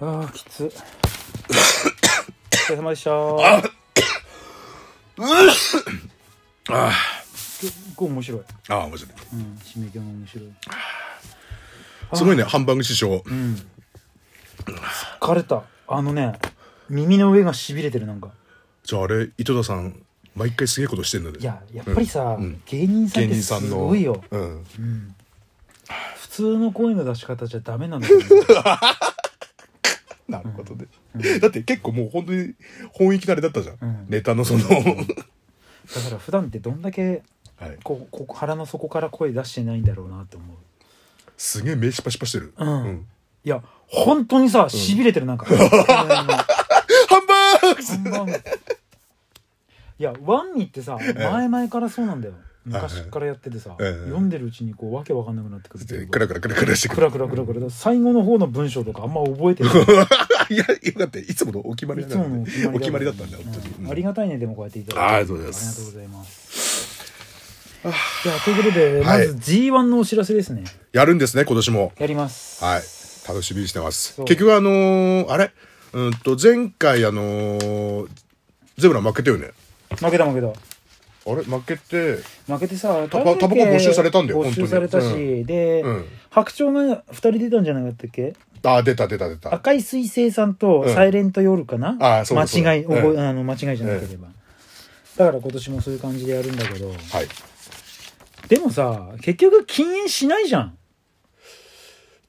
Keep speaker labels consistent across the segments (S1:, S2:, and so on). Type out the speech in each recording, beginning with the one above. S1: ああきつ お疲れ様でした
S2: あ
S1: 結構面白い
S2: あああ面白い
S1: うん締め切りも面白い
S2: すごいねハンバーグ師匠、
S1: 疲れたあのね耳の上がしびれてるなんか
S2: じゃああれ井戸田さん毎回すげえことしてんだね
S1: いややっぱりさ、
S2: うんうん
S1: 芸人さん
S2: 芸
S1: って
S2: 人さん
S1: す
S2: の
S1: ごいよ
S2: うん、
S1: 普通の声の出し方じゃダメなんだよね
S2: なるほどね、だって結構もう本当に本意気なあれだったじゃん、
S1: うん
S2: ネタのその
S1: だから普段ってどんだけ
S2: はい
S1: こうここ腹の底から声出してないんだろうなって思う
S2: すげえ目シパシパしてる、
S1: うんいや本当にさしびれてるなんか、 うん
S2: ハンバーグ
S1: ハンバーグ いやワンミってさ前々からそうなんだよ昔からやっててさ、
S2: うん
S1: 読んでるうちにこうわけわかんなくなってくるってい
S2: で
S1: う
S2: ク
S1: か
S2: ラクラクラクラしてく
S1: ク
S2: る
S1: ラクラクラクラ最後の方の文章とかあんま覚えてない
S2: いやよかったいつものお決まり
S1: い
S2: な
S1: つもの
S2: んだねお決まりだったんだ
S1: よ
S2: 本当に、うん
S1: ありがたいねでもこうやっていただいて
S2: ありがとうございます
S1: ありがとうございますじゃあということでまず G1 のお知らせですね
S2: やるんですね今年も
S1: やります
S2: はい楽しみにしてます
S1: そう
S2: 結局あのー、あれうんと前回あのー、ゼブラ負けたよね
S1: 負けた負けた
S2: あれ負けて
S1: 負けてさ
S2: タ
S1: 体
S2: バ
S1: 育
S2: タバコ没収されたんだよ
S1: 没収された
S2: 本当に
S1: しで
S2: うん
S1: 白鳥が2人出たんじゃなかったっけ
S2: あ出た出た出た
S1: 赤い彗星さんと
S2: うん
S1: サイレント夜かな、
S2: あーそうだそうだ
S1: 間違い、覚え
S2: うん
S1: あの間違いじゃなければ、だから今年もそういう感じでやるんだけど
S2: はい
S1: でもさ結局禁煙しないじゃん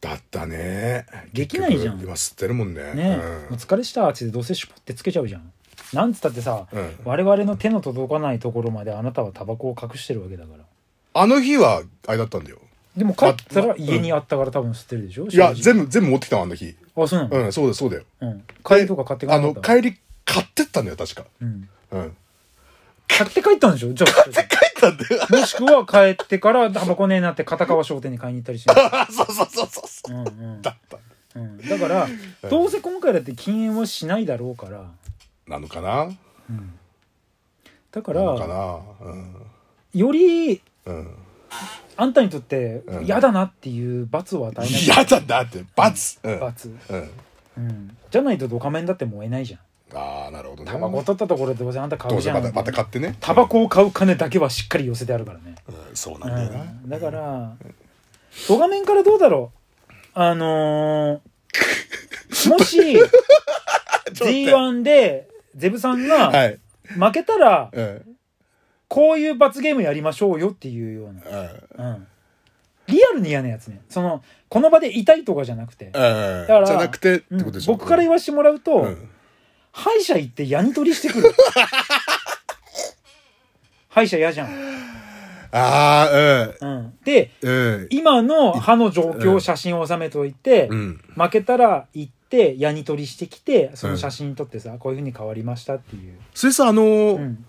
S2: だったね
S1: できないじゃん
S2: 結局今吸ってるもんね
S1: ね、お疲れしたっつってどうせシュポってつけちゃうじゃんなんつったってさ、
S2: うん
S1: 我々の手の届かないところまであなたはタバコを隠してるわけだから
S2: あの日はあれだったんだよ
S1: でも帰った
S2: ま
S1: ら
S2: うん
S1: 家にあったから多分吸ってるでしょ、
S2: い
S1: 正直
S2: や全部全部持ってきたのあの日
S1: あそうなの、
S2: うんそうだよそうだよ
S1: うん帰りとか買って帰
S2: あ
S1: った
S2: の帰り買ってったんだよ確か
S1: うん、
S2: うん
S1: 買って帰ったんでしょじゃあ
S2: 帰ったんだよ
S1: もしくは帰ってからタバコねえなって片川商店に買いに行ったりして る
S2: そうそうそうそうそう
S1: うんうん
S2: だった
S1: うん、だからどうせ今回だって禁煙はしないだろうから
S2: なのかな
S1: だか
S2: なのからなうん
S1: より
S2: うん
S1: あんたにとって
S2: うん
S1: 嫌だなっていう罰を与えない
S2: 嫌だなって罰うん
S1: 罰、
S2: うん
S1: うん、じゃないとドカメンだって燃えないじゃん
S2: ああなるほどね
S1: タバコ取ったところでどうせあんた買
S2: ど
S1: う
S2: う
S1: じ
S2: せ
S1: ゃ
S2: ま
S1: ん
S2: たまた買ってね
S1: タバコを買う金だけはしっかり寄せてあるからね、
S2: うんそうなんだよな
S1: うん、だからドカメンからどうだろうあの ー、もし
S2: と待って
S1: G1 でゼブさん
S2: は
S1: が
S2: い
S1: 負けたら
S2: うん
S1: こういう罰ゲームやりましょうよっていうような
S2: うん
S1: うんリアルに嫌なやつねそのこの場で痛いとかじゃなくて、
S2: うん
S1: から
S2: じゃなくてってことでしょ
S1: 僕から言わしてもらうと、
S2: うん
S1: 歯医者行ってヤニ取りしてくる 歯医者嫌じゃん、
S2: ああ
S1: うん、で
S2: うんうん
S1: 今の歯の状況を写真を収めておいて、
S2: うん
S1: 負けたら行ってヤニ取りしてきてその写真撮ってさ、こういうふうに変わりましたっていう、
S2: それさあのー
S1: うん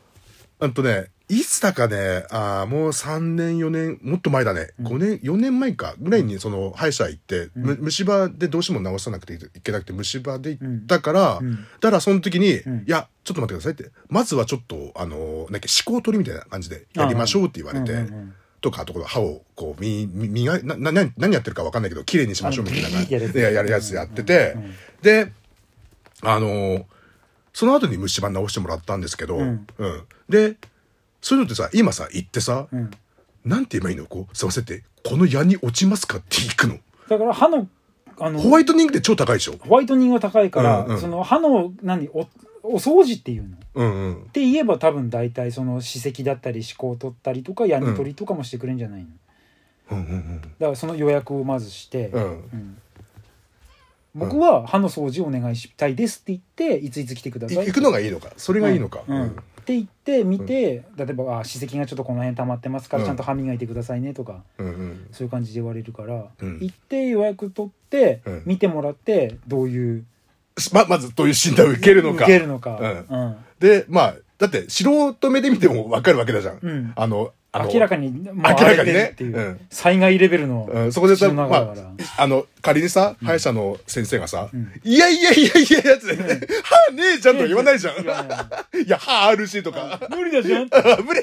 S2: うんとね、いつだかね、あーもう3年、4年、もっと前だね、5年、4年前か、ぐらいにその歯医者行って、む虫歯でどうしても治さなくていけなくて、虫歯で行ったから、
S1: うん
S2: だからその時
S1: ん
S2: に、いや、ちょっと待ってくださいって、まずはちょっと、あのー、なんか思考取りみたいな感じでやりましょうって言われて、
S1: うんうんうん
S2: とか、あとこの歯を、こう、み、み、みが、な、な、な何やってるかわかんないけど、綺麗にしましょうみたいな
S1: あの
S2: 感
S1: ビリ
S2: じ
S1: ッて
S2: で、
S1: や
S2: や
S1: るやつ
S2: やるやつやってて、で、あのーその後に虫歯直してもらったんですけど、
S1: ん
S2: うんで、そういうのってさ、今さ、行ってさ、
S1: ん
S2: なんて言えばいいのこう、すいませんって、この矢に落ちますかって行くの。
S1: だから歯のあの
S2: ホワイトニングって超高いでしょ
S1: ホワイトニングが高いから、
S2: うんうん
S1: その歯の何おお掃除っていうのっ
S2: うんうん。
S1: て言えば多分大体その歯石だったり歯垢を取ったりとかヤニ取りとかもしてくれんじゃないの、
S2: うんうん
S1: だからその予約をまずして、
S2: うん。うん。
S1: うん僕は歯の掃除お願いしたいですって言っていついつ来てくだ
S2: い
S1: さい
S2: 行くのがいいのか。それがいいのか。
S1: うんうんって言って見て、例えばあ歯石がちょっとこの辺溜まってますから
S2: う
S1: ち
S2: ん
S1: ゃんと歯磨いてくださいねとか、
S2: うんうん。
S1: そういう感じで言われるから、
S2: うん
S1: 行って予約取って、
S2: うん
S1: 見てもらってどういう
S2: ま、まずどういう診断を受けるの
S1: 受
S2: か。
S1: けるのか、
S2: う
S1: うん、
S2: で、まあ、だって素人目で見てもわかるわけだじゃん。
S1: うん
S2: あの、あの
S1: 明らかに、もう
S2: 明らかにね
S1: 荒れてるっていう、
S2: うん
S1: 災害レベルの、
S2: うん、そこでさ、
S1: 口の
S2: ま
S1: 中だ
S2: あ
S1: から、
S2: あの、仮にさ、歯医者の先生がさ、いやいやいやいや、やつ、歯ねえじゃんとか言わないじゃん。
S1: 言わない
S2: いや、歯あるしとか、
S1: 無理だじゃんって
S2: あ 無理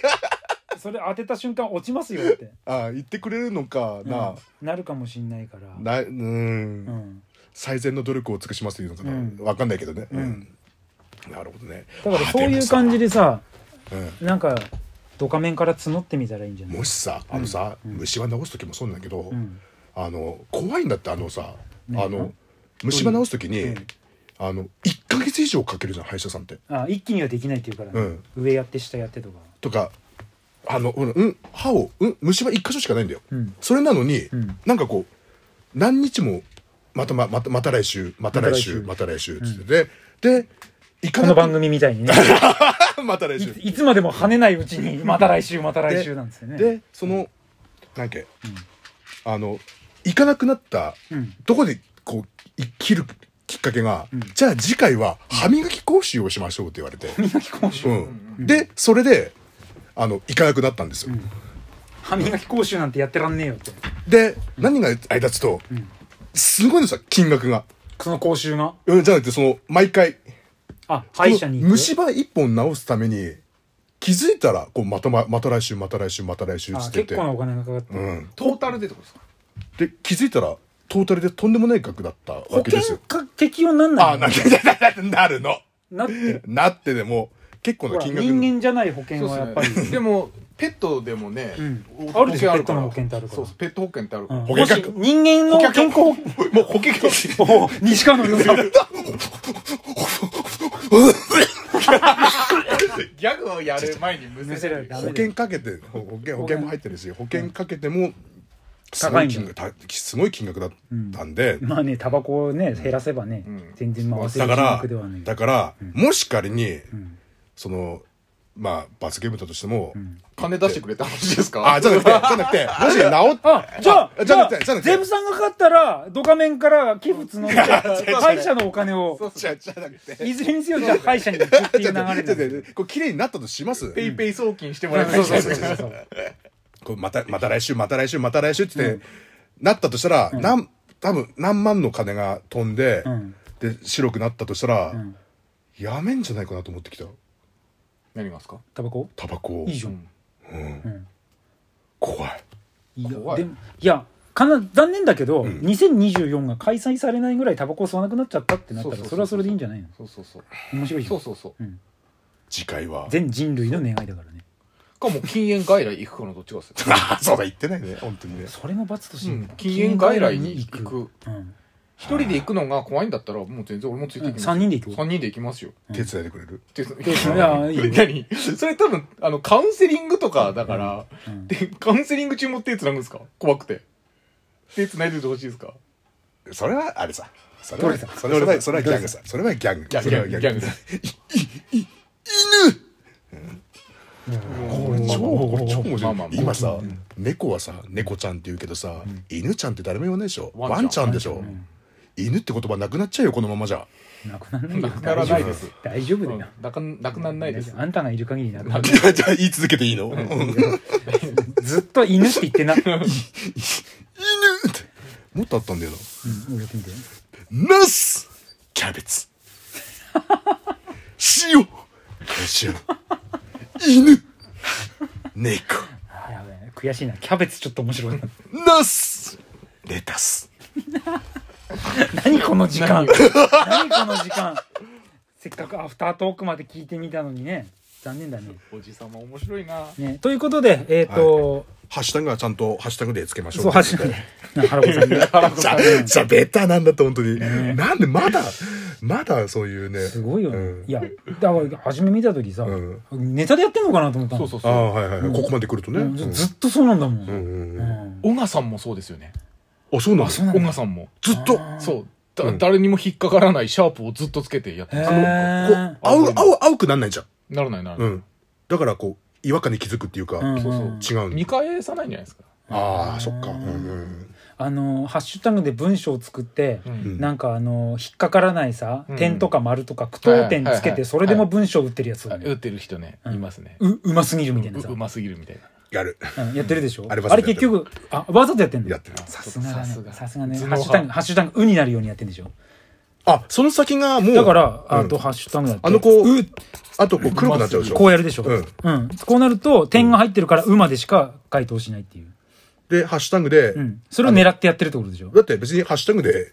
S1: それ当てた瞬間落ちますよって、
S2: あ、言ってくれるのか
S1: うん
S2: な。
S1: なるかもしんないから
S2: な、うー。
S1: うんん
S2: 最善の努力を尽くしますっていうのかな、
S1: うん
S2: わかんないけどね、
S1: うん
S2: うんなるほどね
S1: だからそういう感じでさ
S2: でもさ
S1: なんかドカメンから募ってみたらいいんじゃ
S2: うん
S1: ない
S2: もしさあのさ、虫歯治す時もそうなんだけど、
S1: うん
S2: あの怖いんだってあのさ、
S1: ね
S2: あの虫歯治す時に、
S1: うん
S2: あの1か月以上かけるじゃん歯医者さんって。
S1: あ一気にはできないっていうからね、
S2: うん
S1: 上やって下やってとか
S2: とかあの、うんうん、歯を、うん、虫歯1箇所しかないんだよ。
S1: うん
S2: それなのに、
S1: うん
S2: なんかこう何日もまたままたまた来週また来週ま
S1: ま
S2: た来週っつってでで行か
S1: こ
S2: な
S1: の
S2: く
S1: 番組みたいにね
S2: また来週
S1: いつまでも跳ねないうち にまた来週また来週なんですよね
S2: でその何だっけあの行かなくなった
S1: うん
S2: どこでこうい切るきっかけが、
S1: うん
S2: じゃあ次回は歯磨き講習をしましょうって言われて、
S1: 磨き講習、
S2: うん、でそれであの行かなくなったんですよ、
S1: ん歯磨き講習なんてやってらんねえよって
S2: で何が間立つと、
S1: ん
S2: すごいんですよ金額が、
S1: その講習が
S2: うん、じゃなくてその毎回
S1: あ歯医者に行く
S2: 虫歯一本治すために気づいたらこうまたままた来週また来週また来週っ
S1: あ
S2: つってて
S1: 結構なお金がかかって、
S2: うん、
S3: トータルでってことですか
S2: で気づいたらトータルでとんでもない額だった
S1: 保
S2: わけです
S1: 険
S2: よ
S1: か適用なんな
S2: あ
S1: い
S2: な
S1: の
S2: んか なるの
S1: なって
S2: なってでも結構
S1: ほ
S2: な
S1: ら
S2: 金額
S1: 人間じゃない保険はやっ
S3: そう
S1: ぱり
S3: ですねでもペットでもね
S1: うん
S3: お
S1: あるでしょ
S3: 保険
S1: ペットの保
S3: から
S1: 険ってあるから
S3: そうそうペット保険ってあるか
S1: う
S3: ら
S1: ん
S2: 保険か
S1: もし人間の健康保険
S2: もう保険金
S1: お西川の ように
S3: ギャグをやる前にむ
S1: む
S3: せ
S1: せ
S3: ら
S1: ら
S3: れ
S1: れ
S3: る
S1: るダ
S2: 保
S1: メだよ
S2: 険かけて保険保険も入ってるし保険かけてもすご
S1: 高い
S2: い
S1: んだ
S2: 金額たすごい金額だったんで、
S1: まあねタバコをね減らせばね、全然回せる
S2: だ
S1: 金
S2: から
S1: 額ではない
S2: だから、もし仮に、
S1: ん
S2: そのまあ罰ゲームだとしても、
S3: 金出してくれって話ですか
S2: あじゃなくてじゃなくてもし治っ
S1: あ、じゃあ、
S2: じ
S1: じ
S2: ゃな
S1: ゃ
S2: くてじゃな
S1: あ、
S2: くて
S1: ゼブさんが勝ったら、ドカメンから寄付 募って、歯医者のお金
S3: そう
S1: を、
S3: そうじゃじゃなくて
S1: いずれにせよ、じゃあ歯医者に行くってい
S2: ち
S1: う流れ
S2: ょ
S1: にな
S2: っ とちょっとちょっ
S1: る。
S2: とこう綺麗になったとします、
S3: ペイペイ送金しても
S1: そ
S3: らいうた い
S1: そうそうそうそう。
S2: こうまたまた来週また来週また来週って、なったとしたら、なん多分何万の金が飛んで、
S1: ん
S2: で白くなったとしたら、
S1: ん
S2: やめんじゃないかなと思ってきた
S3: なりますか
S1: タバコ
S2: タバコを
S1: いいじゃん。
S2: 怖い
S1: いや、
S3: 怖い
S1: でもいや、かな、残念だけど、2024が開催されないぐらいタバコ吸わなくなっちゃったってなったら、
S3: そうそうそうそう
S1: それはそれでいいんじゃないの
S3: そうそうそう
S1: 面白い
S3: そう
S1: よ。
S3: そうそう
S2: 次回は
S1: 全人類の願いだからね。
S3: かもう禁煙外来行くかのどっちかっすよ
S2: あそうだ言ってないね本当にね
S1: それも罰として
S3: うん、禁煙外来に行
S1: 禁煙
S3: く
S1: 外来に行く。
S3: 一人で行くのが怖いんだったらもう全然俺もついていきます
S1: うん三人で行く
S3: 3人で行きますよ
S2: 手伝いでくれる
S3: って
S1: いやいいよ
S3: 何それ多分あのカウンセリングとかだから、でカウンセリング中も手つなぐんですか怖くて手つないでてほしいですか
S2: それはあれさそれは
S1: どれさ
S2: それはそれはギャグさそれはギャグ
S3: ギャ
S2: そ
S3: グギ
S2: れは
S3: ャグギャグです
S2: これ超これ超面
S3: ま
S2: 白
S3: あ
S2: い
S3: まあまあ
S2: 今さ猫はさ猫ちゃんって言うけどさ犬ちゃんって誰も言わないでしょワ
S3: ワ
S2: ン
S3: ン
S2: ち
S3: ち
S2: ゃ
S3: ゃん
S2: んでしょ犬って言葉なくなっちゃうよこのままじゃ
S1: うん。なくならないよ。
S3: なくならないです
S1: 大丈夫だ
S3: う
S1: よ
S3: ん。なかなくなんないです
S1: あんたがいる限りなくなる。
S2: じゃあじゃ あ言い続けていいのうん犬って
S1: ずっと犬って言ってな。うん、
S2: もっとあったんだよな
S1: やってみて。
S2: ナスキャ ベツ塩塩犬猫
S1: あやべえ、悔しいな。キャベツちょっと面白いな。
S2: ナスレタス
S1: 何この時間
S3: 何。
S1: 何この時間。せっかくアフタートークまで聞いてみたのにね。残念だね。
S3: おじさま面白いな
S1: ねということで、えっ、ー、と、
S2: ハッシュタグはちゃんとハッシュタグでつけましょう
S1: そう、はじめ、な原子さんね。
S2: じ ゃあ、じゃあベタなんだって本当に。なんでまだ、まだそういうね。
S1: すごいよね。
S2: うん
S1: いや、だから、初め見た時さ、
S2: うん
S1: ネタでやってんのかなと思った
S3: そ
S1: の。
S3: うそう
S2: あ
S3: そう
S2: あ、はいはいはい。ここまで来るとね。
S1: うんずずっとそうなんだもん。
S2: うんうんうん
S1: うん
S3: 小賀さんもそうですよね
S2: あ、そうなの
S1: そうな
S3: 小
S1: んだ
S3: 賀さんも
S2: ずっと。
S3: そうだ誰にも引っかからないシャープをずっとつけてやってます
S1: へー
S2: こう青、青、青くなんないじゃん。
S3: ならないなら
S2: う
S3: ない
S2: ん。だからこう、違和感に気づくっていうか、
S1: うん
S2: 違
S3: そうそう
S1: うん
S2: う
S3: 見
S2: の。
S3: 返さないんじゃないですか
S2: ああ、そっか。うんうん
S1: あのハッシュタグで文章を作って、
S3: うん
S1: なんかあの引っかからないさ、
S3: うん
S1: 点とか丸とか句読点
S3: はい
S1: つ
S3: はい
S1: け
S3: はいは
S1: て
S3: い
S1: それでも文章打ってるやつがね
S3: 打ってる人ね
S1: うん
S3: いますね
S1: ううますぎるみたいなさ、
S3: ううますぎるみたいな
S2: やる。
S1: うんやってるでしょ
S2: あ
S1: あ
S2: れ
S1: れ
S2: わざとやって
S1: 結
S2: る
S1: 局あわざとやってんの
S2: やってる。
S1: さすがだ
S3: さす
S1: ね
S3: が
S1: さすがね
S3: 頭脳
S1: ハッ
S3: 派
S1: シュタグハッシュタグ「う」になるようにやってんでしょ
S2: あ、その先がもう、
S1: だから
S2: うん
S1: あとハッシュタグだって
S2: あのこう
S1: う
S2: あとこう黒くなっちゃうでしょ。
S1: こうやるでしょ
S2: うん
S1: うんこうなると点が入ってるから「う」までしか回答しないっていう
S2: で、ハッシュタグで、
S1: うん。それを狙ってやってるってことでしょ
S2: だって別にハッシュタグで、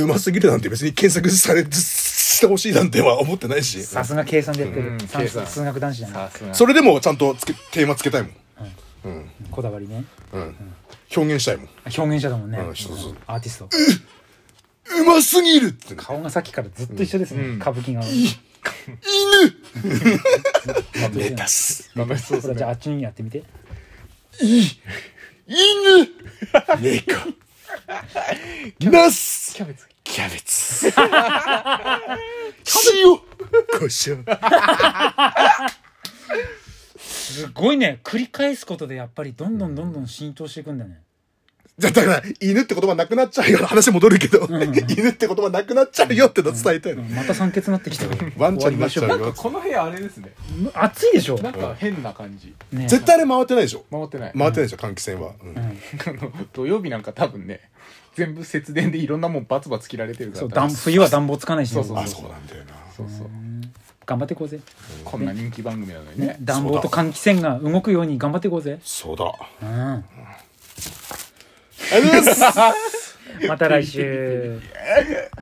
S2: う、うますぎるなんて別に検索され、してほしいなんては思ってないし。
S1: さすが計算でやって
S3: う
S1: る。
S3: ん
S1: 算
S3: 計
S1: 数
S3: 算
S1: 数学男子じゃない。
S3: すが
S2: それでもちゃんとつけ、テーマつけたいもん。
S1: こだわりね。
S2: うん。表現したいもん。
S1: あ表現者だもんね。
S2: うんそうそう
S1: アーティスト。
S2: うますぎるって。
S1: 顔がさっきからずっと一緒です
S3: うん
S1: ね。歌舞 伎が。
S2: 犬レタス。
S3: ダメそう
S1: ほ
S3: です
S1: らじゃああ
S3: ね
S1: っちにやってみて。
S2: 犬メカ。ナス
S3: キャベツ
S2: キャベ ツ。塩胡椒。
S1: すごいね。繰り返すことでやっぱりどんどんどんどん浸透していくんだね。
S2: じゃ、だから、犬って言葉なくなっちゃうよ。話戻るけど、犬って言葉なくなっちゃうよっての伝えたいの。
S1: また酸欠になってきた。
S2: ワンちゃんになっちゃ
S1: 終わ
S2: う
S1: り
S2: よ。
S3: この部屋あれですね
S1: ましょう暑いでしょ。
S3: なんか変な感じ
S1: ね
S2: 絶対あれ回ってないでしょ。
S3: 回ってない、
S2: 回ってないでしょ、換気扇は。うん
S3: あの土曜日なんか多分ね全部節電でいろんなもんバツバツ切られてるから
S1: そう暖冬は暖房つかないしね、
S3: そうそう
S2: あ、そうなんだよな。
S3: そうそう
S1: 頑張っていこうぜ、
S3: こんな人気番組なのに
S1: ね
S3: ね、
S1: 暖房と換気扇が動くように頑張っていこうぜ、
S2: そうだ。
S1: うん、ま
S2: ありがとうございます。
S1: た来週